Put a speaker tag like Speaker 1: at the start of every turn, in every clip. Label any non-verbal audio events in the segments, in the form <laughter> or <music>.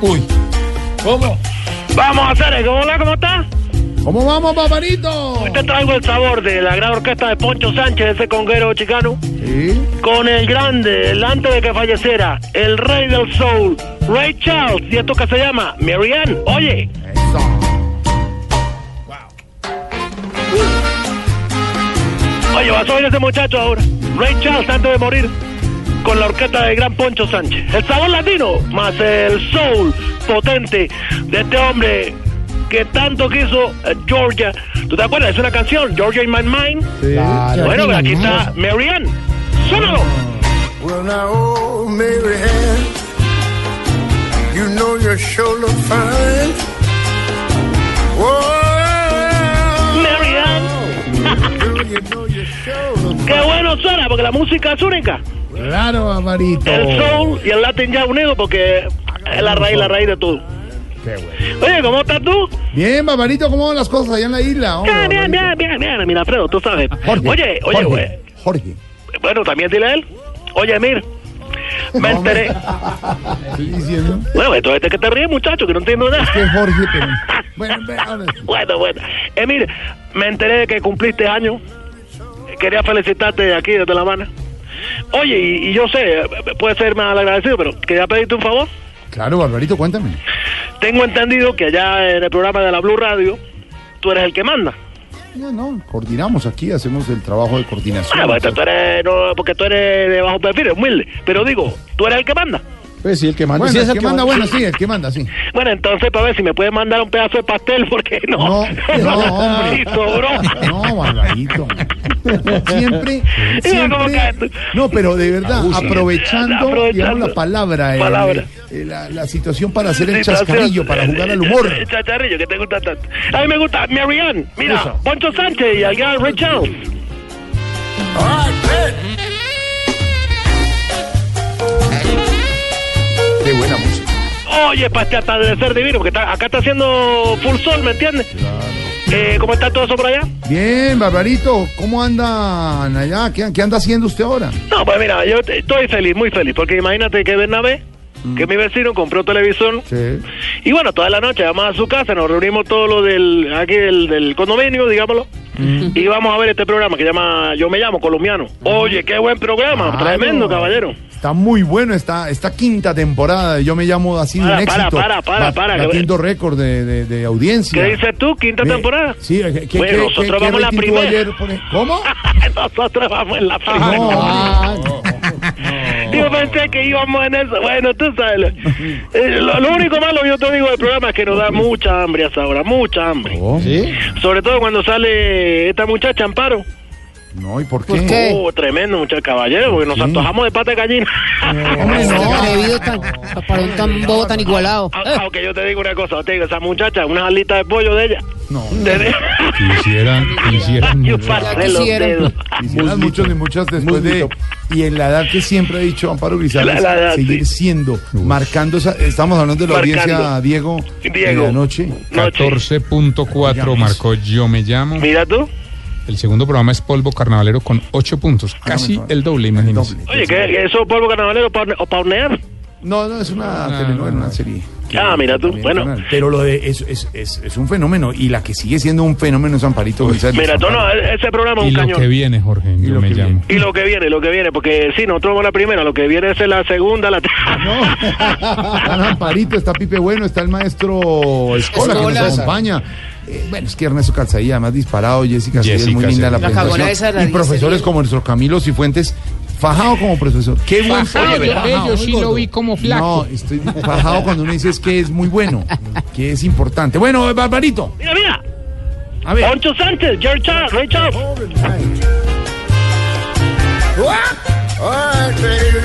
Speaker 1: Uy. ¿Cómo?
Speaker 2: Vamos a hacer eso. Hola, ¿cómo está?
Speaker 1: ¿Cómo vamos, paparito?
Speaker 2: Te traigo el sabor de la gran orquesta de Poncho Sánchez, ese conguero chicano,
Speaker 1: Sí.
Speaker 2: con el grande, el antes de que falleciera, el rey del soul, Ray Charles, y esto que se llama Marianne. Oye,
Speaker 1: Eso. Wow.
Speaker 2: oye, vas a oír ese muchacho ahora. Ray Charles antes de morir, con la orquesta del gran Poncho Sánchez. El sabor latino, más el soul potente de este hombre que tanto quiso eh, Georgia. ¿Tú te acuerdas? Es una canción, Georgia in My Mind.
Speaker 1: Sí.
Speaker 3: Claro.
Speaker 2: Bueno,
Speaker 3: Georgia
Speaker 2: aquí
Speaker 3: in My
Speaker 2: está Marianne. ¡Súnalo!
Speaker 4: Well, now, old Mary Ann, you know you sure look fine. Whoa,
Speaker 2: Marianne.
Speaker 4: girl, you know you sure look
Speaker 2: Qué bueno suena, porque la música es única.
Speaker 1: Claro, paparito.
Speaker 2: El soul y el latin ya unido, porque es la raíz, la raíz de todo.
Speaker 1: Qué bueno.
Speaker 2: Oye, ¿cómo estás tú?
Speaker 1: Bien, paparito, ¿cómo van las cosas allá en la isla? hombre,
Speaker 2: Bien, bien,
Speaker 1: paparito?
Speaker 2: bien, bien, bien, mira, Alfredo, tú sabes.
Speaker 1: Jorge,
Speaker 2: Oye, oye,
Speaker 1: Jorge, Jorge.
Speaker 2: güey, bueno, también dile a él. Oye, mir, me enteré.
Speaker 1: Estoy diciendo
Speaker 2: Bueno, esto es este que te ríes, muchacho, que no entiendo nada.
Speaker 1: que Jorge, pero... Bueno, ve, ahora sí.
Speaker 2: Bueno, bueno. Emir, me enteré de que cumpliste año. Quería felicitarte de aquí, desde La Habana. Oye, y, y yo sé, puede ser mal agradecido, pero quería pedirte un favor.
Speaker 1: Claro, Barbarito, cuéntame.
Speaker 2: Tengo entendido que allá en el programa de la Blue Radio, tú eres el que manda.
Speaker 1: No, no, coordinamos aquí, hacemos el trabajo de coordinación.
Speaker 2: Ah, porque tú eres, no, porque tú eres de bajo perfil, humilde. Pero digo, tú eres el que manda.
Speaker 3: Pues sí, el que manda.
Speaker 1: Bueno,
Speaker 3: sí, es
Speaker 1: el que manda,
Speaker 3: manda.
Speaker 1: bueno, sí, el que manda, sí.
Speaker 2: Bueno, entonces, para ver si me puedes mandar un pedazo de pastel, porque no.
Speaker 1: No,
Speaker 2: <laughs>
Speaker 1: no, hombre.
Speaker 2: Sí, sobró.
Speaker 1: No, Barbarito. Siempre,
Speaker 2: como
Speaker 1: siempre.
Speaker 2: que-
Speaker 1: No, pero de verdad, aprovechando,
Speaker 2: Aprovechando.
Speaker 1: digamos, la palabra, eh,
Speaker 2: Palabra.
Speaker 1: eh, la, la situación para hacer el
Speaker 2: Situación.
Speaker 1: chascarrillo, para jugar al humor.
Speaker 2: El chascarrillo, que te gusta tanto. A mí me gusta Mary Ann, mira,
Speaker 1: Eso.
Speaker 2: Poncho Sánchez y al gran Ray Charles.
Speaker 1: Qué buena música.
Speaker 2: Oye, para hasta de ser divino, porque está- acá está haciendo full sol, ¿me entiendes? Eh, ¿Cómo está todo eso por allá?
Speaker 1: Bien, Barbarito, ¿cómo andan allá? ¿Qué, qué anda haciendo usted ahora?
Speaker 2: No, pues mira, yo te- estoy feliz, muy feliz, porque imagínate que Bernabé, que mi vecino compró televisión,
Speaker 1: Mm. Sí.
Speaker 2: y bueno, toda la noche vamos a su casa, nos reunimos todos los del, aquí del, del condominio, digámoslo,
Speaker 1: Mm.
Speaker 2: y vamos a ver este programa que llama Yo me llamo Colombiano. Oye, qué buen programa, tremendo, caballero.
Speaker 1: Está muy bueno esta, esta quinta temporada. de Yo me llamo así
Speaker 2: Para,
Speaker 1: un
Speaker 2: para,
Speaker 1: éxito.
Speaker 2: para, para,
Speaker 1: Bat-
Speaker 2: para, que-
Speaker 1: Batiendo récord de, de- de audiencia.
Speaker 2: ¿Qué dices tú, quinta
Speaker 1: Ve-
Speaker 2: temporada?
Speaker 1: Sí, ¿qué, qué,
Speaker 2: Bueno,
Speaker 1: qué- qué-
Speaker 2: nosotros
Speaker 1: qué
Speaker 2: vamos la
Speaker 1: rating tuvo
Speaker 2: primera. Ah,
Speaker 1: ayer, por ejemplo? ¿Cómo?
Speaker 2: <laughs> Nosotros vamos en la
Speaker 1: No,
Speaker 2: primera.
Speaker 1: ah,
Speaker 2: Yo pensé que íbamos en eso. Bueno, tú sabes. lo- eh, Lo, lo único malo, yo te digo, del programa es que nos da mucha hambre hasta ahora, mucha hambre.
Speaker 1: no.
Speaker 3: Sí.
Speaker 1: Oh.
Speaker 2: Sobre todo cuando sale esta muchacha Amparo.
Speaker 1: No, ¿y por qué?
Speaker 3: ¿Por qué?
Speaker 2: Oh, tremendo, muchacho caballero, porque nos
Speaker 1: Eh. Sí.
Speaker 2: antojamos de pata de gallina. <laughs>
Speaker 1: Hombre,
Speaker 3: Ese
Speaker 1: no.
Speaker 3: atrevido tan-
Speaker 5: para un tan bobo tan igualado.
Speaker 6: Ah,
Speaker 2: A- Aunque yo te digo una cosa, te digo, esa muchacha, unas alitas de pollo de ella.
Speaker 1: No. <laughs>
Speaker 2: De-
Speaker 6: Quisieran, quisieran.
Speaker 2: Y un par de los
Speaker 5: quisieran.
Speaker 2: dedos.
Speaker 1: Quisieran muchos y muchas después de.
Speaker 3: Musguito.
Speaker 1: Y en la edad que siempre ha dicho Amparo Grisales,
Speaker 2: La- la edad,
Speaker 1: seguir
Speaker 2: sí.
Speaker 1: siendo, marcando esa. Estamos hablando de la
Speaker 2: Marcando.
Speaker 1: audiencia, Diego, de
Speaker 2: Diego.
Speaker 1: la noche. Ah,
Speaker 2: Noche.
Speaker 6: 14.4 marcó Yo me llamo.
Speaker 2: Mira tú.
Speaker 6: El segundo programa es Polvo Carnavalero con 8 puntos. Casi el doble, imagínense.
Speaker 1: Doble.
Speaker 2: Oye, ¿qué, qué eso es polvo carnavalero pa- o paunear?
Speaker 1: No, no, es una telenovela, una serie.
Speaker 2: Ah, mira tú.
Speaker 1: También
Speaker 2: Bueno,
Speaker 1: canal. Pero lo de es, es, es, es un fenómeno. Y la que sigue siendo un fenómeno es Amparito González.
Speaker 2: mira tú, no, e- ese programa es
Speaker 6: Y
Speaker 2: un
Speaker 6: lo
Speaker 2: cañón.
Speaker 6: que viene, Jorge, Yo
Speaker 1: lo
Speaker 6: me
Speaker 1: que
Speaker 6: llamo.
Speaker 2: Y lo que viene, lo que viene, porque si nosotros vamos a la primera, lo que viene es la segunda,
Speaker 1: <laughs>
Speaker 2: la
Speaker 1: No, están Amparito, está Pipe Bueno, está el maestro Escola que nos
Speaker 5: Escola.
Speaker 1: acompaña. Eh, bueno, es que Ernesto Calzaí, además disparado, Jessica, Cedillo, es muy
Speaker 6: Jessica
Speaker 1: linda la
Speaker 6: Cedillo. La
Speaker 5: cagona
Speaker 1: presentación.
Speaker 5: esa de la
Speaker 1: y
Speaker 5: Jessica
Speaker 1: profesores
Speaker 5: Cedillo.
Speaker 1: como nuestro Camilo Cifuentes, fajado como profesor. Qué buen
Speaker 6: Fajado,
Speaker 1: profe,
Speaker 6: yo- yo
Speaker 1: muy
Speaker 6: sí
Speaker 1: gordo.
Speaker 6: lo vi como
Speaker 1: No,
Speaker 6: flaco.
Speaker 1: estoy fajado cuando uno dice es que es muy bueno, que es importante. Bueno, Barbarito,
Speaker 2: <laughs> Mira, mira.
Speaker 1: a ver.
Speaker 2: Poncho Sánchez, George Charles, Ray Charles.
Speaker 4: What? All right, baby.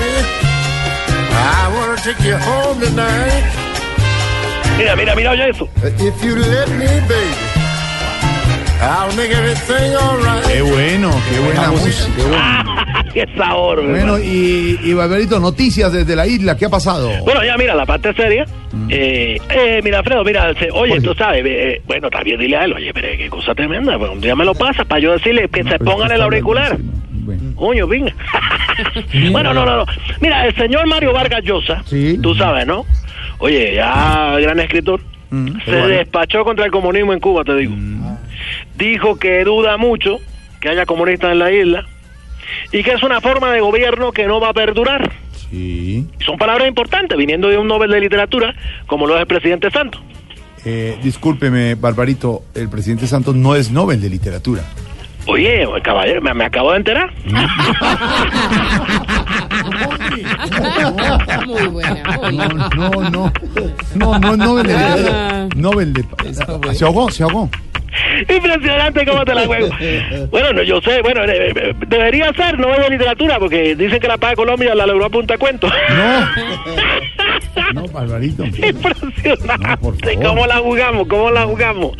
Speaker 4: I want to take you home tonight.
Speaker 2: Mira, mira, mira, oye eso.
Speaker 4: If you let me, baby, I'll make everything all right.
Speaker 1: Qué bueno, qué buena música.
Speaker 2: <laughs> Qué sabor.
Speaker 1: Bueno,
Speaker 2: hermano.
Speaker 1: y, y Barbarito, noticias desde la isla, ¿qué ha pasado?
Speaker 2: Bueno, ya mira, la parte seria. Eh, eh, mira, Alfredo, mira, se- oye, tú sabes, eh, eh, bueno, también dile a él, oye, pero qué cosa tremenda, pues, un día me lo pasa para yo decirle que se pongan el auricular.
Speaker 1: Bueno.
Speaker 2: Coño, venga. <laughs> bueno, no, no, no. Mira, el señor Mario Vargas Llosa,
Speaker 1: Sí.
Speaker 2: tú sabes, ¿no? Oye, ya gran escritor, se despachó contra el comunismo en Cuba, te digo. Dijo que duda mucho que haya comunistas en la isla y que es una forma de gobierno que no va a perdurar.
Speaker 1: Sí.
Speaker 2: Son palabras importantes viniendo de un Nobel de Literatura como lo es el presidente Santos.
Speaker 1: Eh, discúlpeme, Barbarito, el presidente Santos no es Nobel de literatura.
Speaker 2: Oye, caballero, me, me acabo de enterar.
Speaker 5: <laughs> Muy buena, muy
Speaker 1: No,
Speaker 5: buena.
Speaker 1: no, no. No, no es Nobel de literatura. Nobel de. Se ahogó, se ahogó.
Speaker 2: Impresionante cómo te
Speaker 1: <laughs>
Speaker 2: la juego. Bueno, no, yo sé, bueno, eh, eh, debería ser Nobel de Literatura porque dicen que la paz de Colombia la logró a punta cuento.
Speaker 1: No. No, Barbarito. No, por
Speaker 2: <laughs> Impresionante.
Speaker 1: favor.
Speaker 2: ¿Cómo la jugamos? ¿Cómo la jugamos?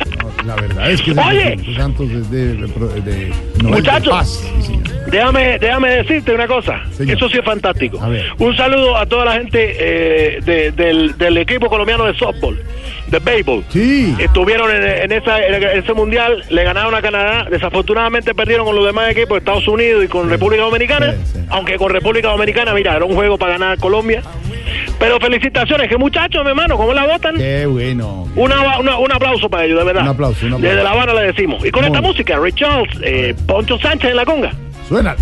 Speaker 1: La verdad es que ese
Speaker 2: Oye.
Speaker 1: presidente Santos es de, de- de Nobel de
Speaker 2: Muchachos.
Speaker 1: Paz. Sí, señor.
Speaker 2: Déjame, déjame decirte una cosa.
Speaker 1: Señor.
Speaker 2: Eso sí es fantástico.
Speaker 1: A ver.
Speaker 2: Un saludo a toda la gente eh, de- del, del equipo colombiano de softball, de béisbol.
Speaker 1: Sí.
Speaker 2: Estuvieron en, en esa, en ese mundial, le ganaron a Canadá. Desafortunadamente perdieron con los demás equipos, Estados Unidos y con República Dominicana.
Speaker 1: Sí, sí.
Speaker 2: Aunque con República Dominicana, mira, era un juego para ganar Colombia. Pero felicitaciones, que muchachos, mi hermano, ¿cómo la votan?
Speaker 1: Qué bueno.
Speaker 2: Una- una- un aplauso para ellos, de verdad.
Speaker 1: Un aplauso, un aplauso.
Speaker 2: Desde La Habana le decimos. Y con
Speaker 1: Muy
Speaker 2: esta
Speaker 1: bien.
Speaker 2: música, Ray Charles, eh, Poncho Sánchez en la conga.
Speaker 1: Suena.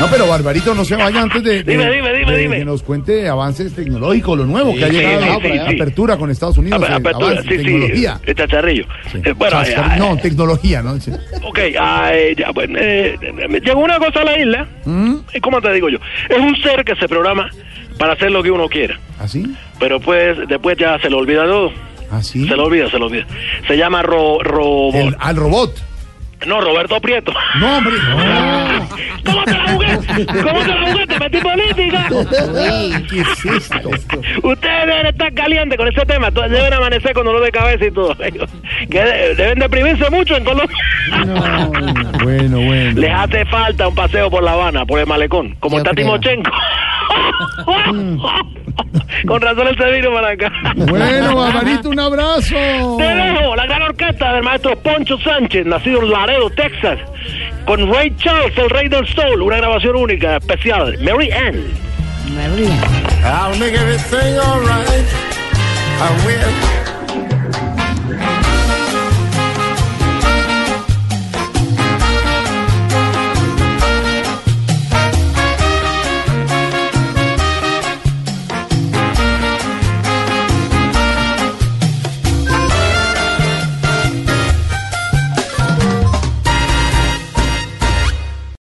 Speaker 1: No, pero Barbarito, no se vaya antes de, de-
Speaker 2: Dime, dime, dime,
Speaker 1: de
Speaker 2: dime.
Speaker 1: que nos cuente avances tecnológicos, lo nuevo que ha
Speaker 2: Sí,
Speaker 1: llegado,
Speaker 2: sí,
Speaker 1: ah,
Speaker 2: sí,
Speaker 1: para-
Speaker 2: sí.
Speaker 1: apertura con Estados Unidos,
Speaker 2: Ape-
Speaker 1: eh,
Speaker 2: Ah, apertura,
Speaker 1: avance,
Speaker 2: sí, sí,
Speaker 1: tecnología.
Speaker 2: eh, chascarrillo.
Speaker 1: Sí.
Speaker 2: Eh, bueno,
Speaker 1: Chascar-
Speaker 2: eh,
Speaker 1: no,
Speaker 2: eh,
Speaker 1: tecnología, ¿no? Sí.
Speaker 2: ok, ay, ya, bueno, eh, eh, llegó una cosa a la isla,
Speaker 1: ¿Mm?
Speaker 2: y ¿cómo te digo yo? Es un ser que se programa para hacer lo que uno quiera,
Speaker 1: ¿Así?
Speaker 2: pero pues después ya se le olvida todo.
Speaker 1: ¿Así?
Speaker 2: Se le olvida, se le olvida. Se llama Ro, Robo-
Speaker 1: ¿Mm? El- al robot.
Speaker 2: No,
Speaker 1: <laughs>
Speaker 2: Roberto Prieto.
Speaker 1: No, hombre. no.
Speaker 2: ¿Cómo te la jugué? ¿Cómo te la jugué? Te metí política.
Speaker 1: <laughs> ¿Qué es esto?
Speaker 2: Ustedes deben estar calientes con ese tema. Todos Deben amanecer con dolor de cabeza y todo. <laughs> Que de- deben deprimirse mucho en Colombia.
Speaker 1: No, bueno, bueno.
Speaker 2: Les hace falta un paseo por La Habana, por el malecón, como
Speaker 5: Yo
Speaker 2: está
Speaker 5: creo.
Speaker 2: Timochenko. Con razón él se vino para acá.
Speaker 1: Bueno, Barbarito, un abrazo.
Speaker 2: Te dejo la gran orquesta del maestro Poncho Sánchez, nacido en Laredo, Texas, con Ray Charles, el rey del soul, una grabación única, especial, Mary Ann.
Speaker 5: María.
Speaker 4: I'll make everything alright. I will.